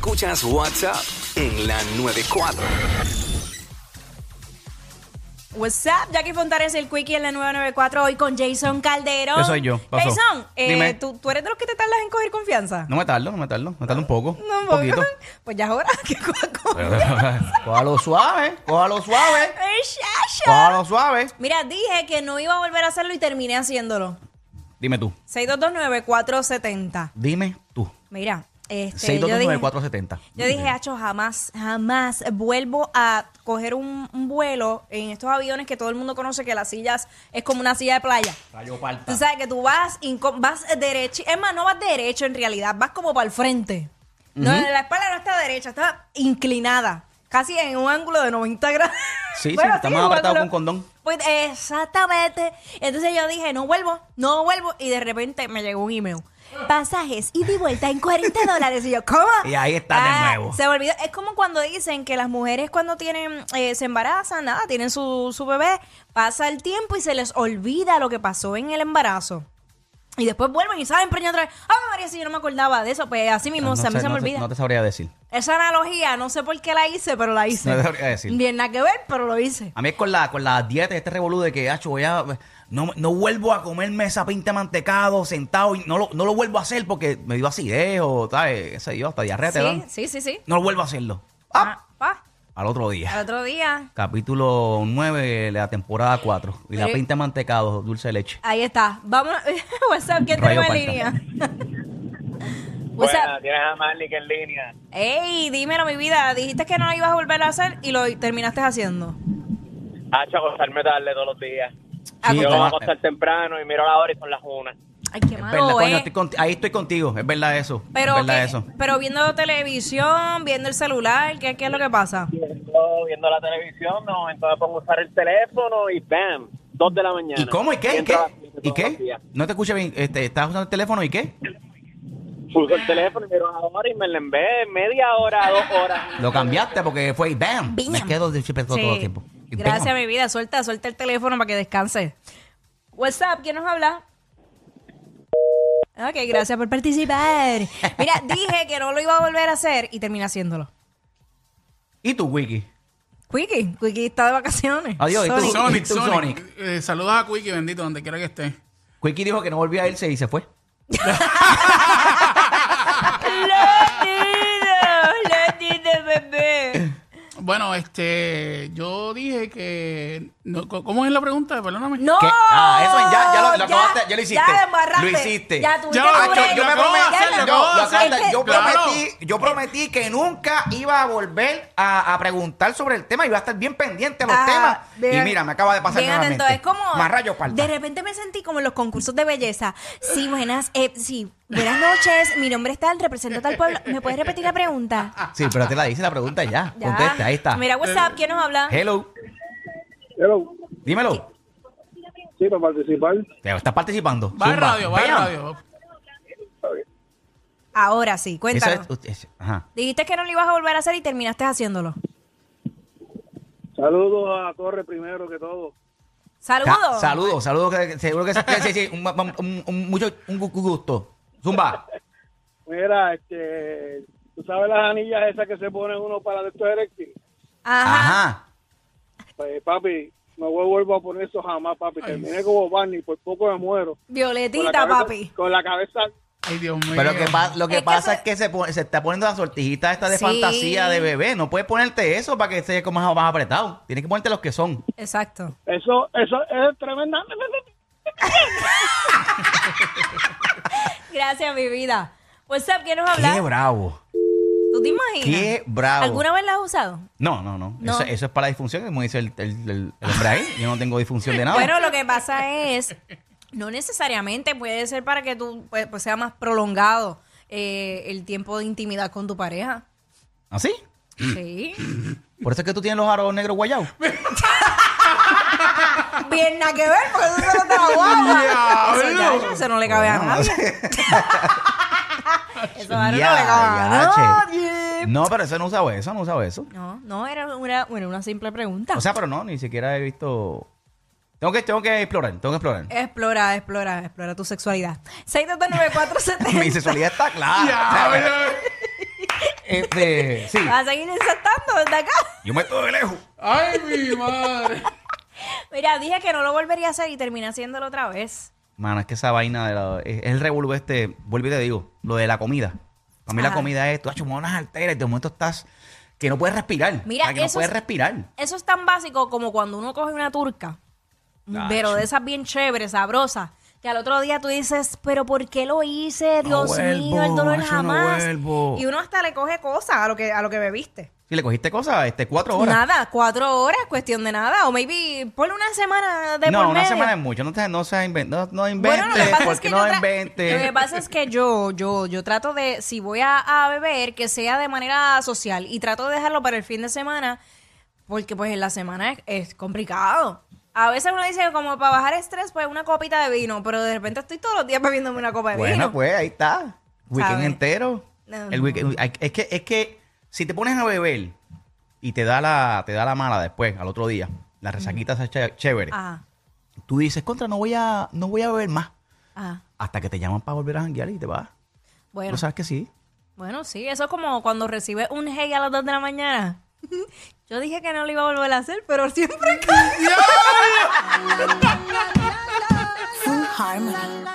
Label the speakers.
Speaker 1: Escuchas WhatsApp en la 94.
Speaker 2: What's up, Jackie Fontanes, el Quickie en la 994, hoy con Jason Calderón.
Speaker 3: Eso soy yo, pasó.
Speaker 2: Jason, eh,
Speaker 3: Dime.
Speaker 2: ¿tú, tú eres de los que te tardas en coger confianza?
Speaker 3: No me tardo, no me tardo, me tardo un poco.
Speaker 2: No,
Speaker 3: un
Speaker 2: poco.
Speaker 3: poquito.
Speaker 2: Pues ya es hora que cojas confianza.
Speaker 3: cójalo suave, cójalo suave,
Speaker 2: Ay, Shasha.
Speaker 3: cójalo suave.
Speaker 2: Mira, dije que no iba a volver a hacerlo y terminé haciéndolo.
Speaker 3: Dime tú,
Speaker 2: 6229470.
Speaker 3: dime tú.
Speaker 2: Mira, este, yo dije,
Speaker 3: 6229470.
Speaker 2: yo dije, Acho, jamás, jamás vuelvo a coger un, un vuelo en estos aviones que todo el mundo conoce que las sillas es como una silla de playa.
Speaker 3: Cayó palta.
Speaker 2: Tú sabes que tú vas, inco- vas derecho, es más, no vas derecho en realidad, vas como para el frente. No, la espalda no está derecha, está inclinada, casi en un ángulo de 90 grados.
Speaker 3: Sí, sí,
Speaker 2: estamos
Speaker 3: está más apretado que un condón.
Speaker 2: Pues exactamente. Entonces yo dije, no vuelvo, no vuelvo, y de repente me llegó un email. Pasajes y de vuelta en 40 dólares. Y yo, ¿cómo?
Speaker 3: Y ahí está de
Speaker 2: Ah,
Speaker 3: nuevo.
Speaker 2: Se me olvidó. Es como cuando dicen que las mujeres cuando tienen, eh, se embarazan, nada, tienen su, su bebé, pasa el tiempo y se les olvida lo que pasó en el embarazo. Y después vuelven y saben preñar otra vez. Ah, María, si yo no me acordaba de eso, pues así mismo,
Speaker 3: Ah, No
Speaker 2: o sea, a mí
Speaker 3: sé,
Speaker 2: se me
Speaker 3: no sé,
Speaker 2: olvida.
Speaker 3: No te sabría decir.
Speaker 2: Esa analogía, no sé por qué la hice, pero la hice.
Speaker 3: No te sabría decir.
Speaker 2: Bien, nada que ver, pero lo hice.
Speaker 3: A mí es con la, con las dietas, este revolú de que, hacho, voy a- no, no vuelvo a comerme esa pinta de mantecado sentado y no lo, no lo vuelvo a hacer porque me dio acidez o, ¿sabes? Qué sé yo, hasta diarrea te
Speaker 2: Sí,
Speaker 3: dan.
Speaker 2: sí, sí, sí.
Speaker 3: No lo vuelvo a hacerlo. ¡Ah!
Speaker 2: Ah, pa,
Speaker 3: Al otro día.
Speaker 2: al otro día.
Speaker 3: Capítulo 9 de la temporada 4. Y la
Speaker 2: Sí.
Speaker 3: pinta de mantecado, dulce de leche.
Speaker 2: Ahí está. Vamos. WhatsApp, ¿quién
Speaker 3: Rayo
Speaker 2: tenemos en
Speaker 3: Parta.
Speaker 2: línea?
Speaker 4: Bueno,
Speaker 2: WhatsApp.
Speaker 4: tienes a Marlick en línea.
Speaker 2: Ey, dímelo, mi vida. Dijiste que no lo ibas a volver a hacer y lo terminaste haciendo.
Speaker 4: Hacho, acostarme tarde todos los días.
Speaker 2: Ah, Acostar-
Speaker 4: Yo me voy a
Speaker 3: toma-
Speaker 4: acostar temprano y miro la hora y son las una.
Speaker 2: Ay, qué
Speaker 3: es
Speaker 2: malo,
Speaker 3: verdad, coño,
Speaker 2: eh.
Speaker 3: estoy conti- ahí estoy contigo. Es verdad eso.
Speaker 2: pero,
Speaker 3: es verdad
Speaker 2: ¿qué?
Speaker 3: eso.
Speaker 2: pero viendo televisión, viendo el celular, ¿qué, qué es lo que pasa?
Speaker 4: Viendo, viendo la televisión, de momento me pongo a usar el teléfono y ¡bam! Dos de la mañana.
Speaker 3: ¿Y cómo? ¿Y qué? ¿Y
Speaker 4: entro
Speaker 3: qué?
Speaker 4: a las siete
Speaker 3: ¿Y
Speaker 4: todos los
Speaker 3: qué?
Speaker 4: días.
Speaker 3: No te escuché bien. Este, ¿Estás usando el teléfono y qué?
Speaker 4: Uso el teléfono y miro la hora y me la en vez media hora, dos horas.
Speaker 3: Lo cambiaste porque fue y ¡bam!
Speaker 2: Bam.
Speaker 3: Me quedo de chipe todo
Speaker 2: Sí.
Speaker 3: el tiempo. Y
Speaker 2: Gracias,
Speaker 3: ¡bam!
Speaker 2: mi vida. Suelta, suelta el teléfono para que descanse. WhatsApp, ¿quién nos habla? Ok, gracias por participar. Mira, dije que no lo iba a volver a hacer y terminé haciéndolo.
Speaker 3: ¿Y tu wiki?
Speaker 2: Quickie, Quickie está de vacaciones.
Speaker 3: Adiós, ¿y tú?
Speaker 2: Sonic.
Speaker 3: Y
Speaker 5: Sonic,
Speaker 3: tú,
Speaker 5: Sonic.
Speaker 3: Sonic.
Speaker 5: Eh, saludos a Quickie, bendito, donde quiera que esté.
Speaker 3: Quickie dijo que no volvía a irse y se fue.
Speaker 2: Latido, latido, bebé.
Speaker 5: Bueno, este, yo dije que... no, co- ¿Cómo es la pregunta? Perdóname.
Speaker 2: No.
Speaker 3: ¿Qué? Ah, eso ya- ya lo- lo acabaste, ya lo hiciste.
Speaker 2: Oh, Ya embarraste.
Speaker 3: Lo hiciste.
Speaker 2: Ya tuviste
Speaker 5: Ya,
Speaker 2: tu
Speaker 5: yo-
Speaker 2: break.
Speaker 5: yo me
Speaker 2: Ya
Speaker 5: pongo a hacerlo,
Speaker 2: lo-
Speaker 5: yo-
Speaker 2: no,
Speaker 5: lo
Speaker 2: es
Speaker 5: acepto,
Speaker 2: que-
Speaker 3: yo,
Speaker 5: claro.
Speaker 3: prometí, yo prometí que nunca iba a volver a, a preguntar sobre el tema. Iba a estar bien pendiente a los
Speaker 2: Ajá,
Speaker 3: temas.
Speaker 2: bien-
Speaker 3: y mira, me acaba de pasar
Speaker 2: bien Ah, atento,
Speaker 3: nuevamente.
Speaker 2: Es como.
Speaker 3: Más rayos palta.
Speaker 2: De repente me sentí como en los concursos de belleza. Sí, buenas. eh, sí, buenas noches. Mi nombre es tal, represento tal pueblo. ¿Me puedes repetir la pregunta?
Speaker 3: Sí, pero te la hice la pregunta ya.
Speaker 2: Ya.
Speaker 3: Ah, Contesta, ahí está. Eh.
Speaker 2: Mira, WhatsApp, ¿quién nos habla?
Speaker 3: Hello,
Speaker 6: Hello.
Speaker 3: dímelo.
Speaker 6: Sí, para participar.
Speaker 3: Te- ¿Estás participando?
Speaker 5: Va al
Speaker 3: Zumba.
Speaker 5: radio, va al
Speaker 3: Bam.
Speaker 5: radio.
Speaker 2: Ahora sí,
Speaker 3: Eso
Speaker 2: cuéntanos.
Speaker 3: es- es- ajá.
Speaker 2: Dijiste que no lo ibas a volver a hacer y terminaste haciéndolo.
Speaker 6: Saludos a Torre primero que todo.
Speaker 2: Saludos.
Speaker 3: Ca- Saludos, saludos. que- que Seguro que que- sí, sí, un, un- un- mucho un gu- gu- gusto. Zumba.
Speaker 6: Mira, este, tú sabes las anillas esas que se ponen uno para esto eréctil.
Speaker 2: Ajá.
Speaker 3: Ajá.
Speaker 6: Pues, papi, no voy- vuelvo a poner eso jamás, papi. Terminé como Barney, por poco me muero. Con la
Speaker 2: Violetita,
Speaker 6: cabeza-
Speaker 2: papi.
Speaker 6: Con la cabeza.
Speaker 5: Ay, Dios mío.
Speaker 3: Pero que pa- lo que
Speaker 2: Es que
Speaker 3: pasa
Speaker 2: se-
Speaker 3: es que se, pone- se está poniendo la sortijita esta de
Speaker 2: Sí.
Speaker 3: fantasía de bebé. No puedes ponerte eso para que se como más, más apretado. Tienes que ponerte los que son.
Speaker 2: Exacto.
Speaker 6: Eso, eso es tremenda.
Speaker 2: Gracias, mi vida. WhatsApp, ¿quién nos
Speaker 3: Qué
Speaker 2: habla?
Speaker 3: bravo.
Speaker 2: ¿Tú te imaginas?
Speaker 3: Qué bravo.
Speaker 2: ¿Alguna vez la has usado?
Speaker 3: No, no, no.
Speaker 2: No.
Speaker 3: Eso, eso es para disfunción, como dice el, el, el- el hombre ahí. Yo no tengo disfunción de nada.
Speaker 2: Bueno, lo que pasa es, no necesariamente puede ser para que tú pues, pues, sea más prolongado eh, el tiempo de intimidad con tu pareja.
Speaker 3: ¿Así? Mm.
Speaker 2: Sí.
Speaker 3: ¿Ah, Por eso es que tú tienes los aros negros guayados.
Speaker 2: Bien, nada que ver, porque eso se lo estaba guapa. Eso, ya, ya, eso no le cabe a nadie. Eso ahora no le
Speaker 3: Ya,
Speaker 2: cabe a
Speaker 3: ya,
Speaker 2: nadie.
Speaker 3: No, pero eso no usaba eso, no usaba eso.
Speaker 2: No, no, era una, bueno, una simple pregunta.
Speaker 3: O sea, pero no, ni siquiera he visto. Tengo que, tengo que explorar, tengo que explorar.
Speaker 2: explora, explora, explora tu sexualidad. 6229470.
Speaker 3: Mi sexualidad está clara.
Speaker 5: Ya,
Speaker 3: Este, sí.
Speaker 2: Vas a seguir insertando desde acá.
Speaker 3: Yo me estoy de lejos.
Speaker 5: Ay, mi madre.
Speaker 2: Mira, dije que no lo volvería a hacer y terminé haciéndolo otra vez.
Speaker 3: Mano, es que esa vaina de la, es, es el revolú este, vuelvo y te digo, lo de la comida. Para mí la
Speaker 2: Ajá.
Speaker 3: comida es, tú has chumado unas arterias y de momento estás que no puedes respirar.
Speaker 2: Mira,
Speaker 3: O sea, que no
Speaker 2: eso
Speaker 3: puedes
Speaker 2: es-
Speaker 3: respirar.
Speaker 2: Eso es tan básico como cuando uno coge una turca,
Speaker 3: Tacho.
Speaker 2: pero de esas bien chéveres, sabrosas, que al otro día tú dices, pero ¿por qué lo hice? Dios mío,
Speaker 3: vuelvo,
Speaker 2: el dolor
Speaker 3: macho, no
Speaker 2: jamás.
Speaker 3: vuelvo.
Speaker 2: y uno hasta le coge cosas a lo que, a lo que bebiste.
Speaker 3: Si le cogiste cosas, este, cuatro horas.
Speaker 2: Nada, cuatro horas, cuestión de nada. O maybe, ponle una semana de
Speaker 3: no,
Speaker 2: por
Speaker 3: una
Speaker 2: medio.
Speaker 3: semana es mucho. No, te, no, se inven- no, no inventes.
Speaker 2: Bueno, lo que pasa es
Speaker 3: porque
Speaker 2: que
Speaker 3: no
Speaker 2: yo tra-
Speaker 3: inventes.
Speaker 2: Lo que pasa es que yo, yo, yo trato de, si voy a, a beber, que sea de manera social y trato de dejarlo para el fin de semana, porque pues en la semana es, es complicado. A veces uno dice como para bajar estrés, pues una copita de vino, pero de repente estoy todos los días bebiéndome una copa de
Speaker 3: Bueno,
Speaker 2: vino.
Speaker 3: pues ahí está. Weekend
Speaker 2: ¿Sabes?
Speaker 3: entero.
Speaker 2: No,
Speaker 3: El
Speaker 2: no.
Speaker 3: weekend- hay- es, que, es que si te pones a beber y te da la, te da la mala después, al otro día, la resaquita esa ché- chévere,
Speaker 2: Ajá,
Speaker 3: tú dices, contra, no voy a, no voy a beber más.
Speaker 2: ajá.
Speaker 3: Hasta que te llaman para volver a janguear y te vas.
Speaker 2: ah, Bueno,
Speaker 3: Tú sabes que sí.
Speaker 2: bueno, sí, eso es como cuando recibes un hey a las 2 de la mañana. Yo dije que no lo iba a volver a hacer, pero siempre cae.
Speaker 7: Full Harmony.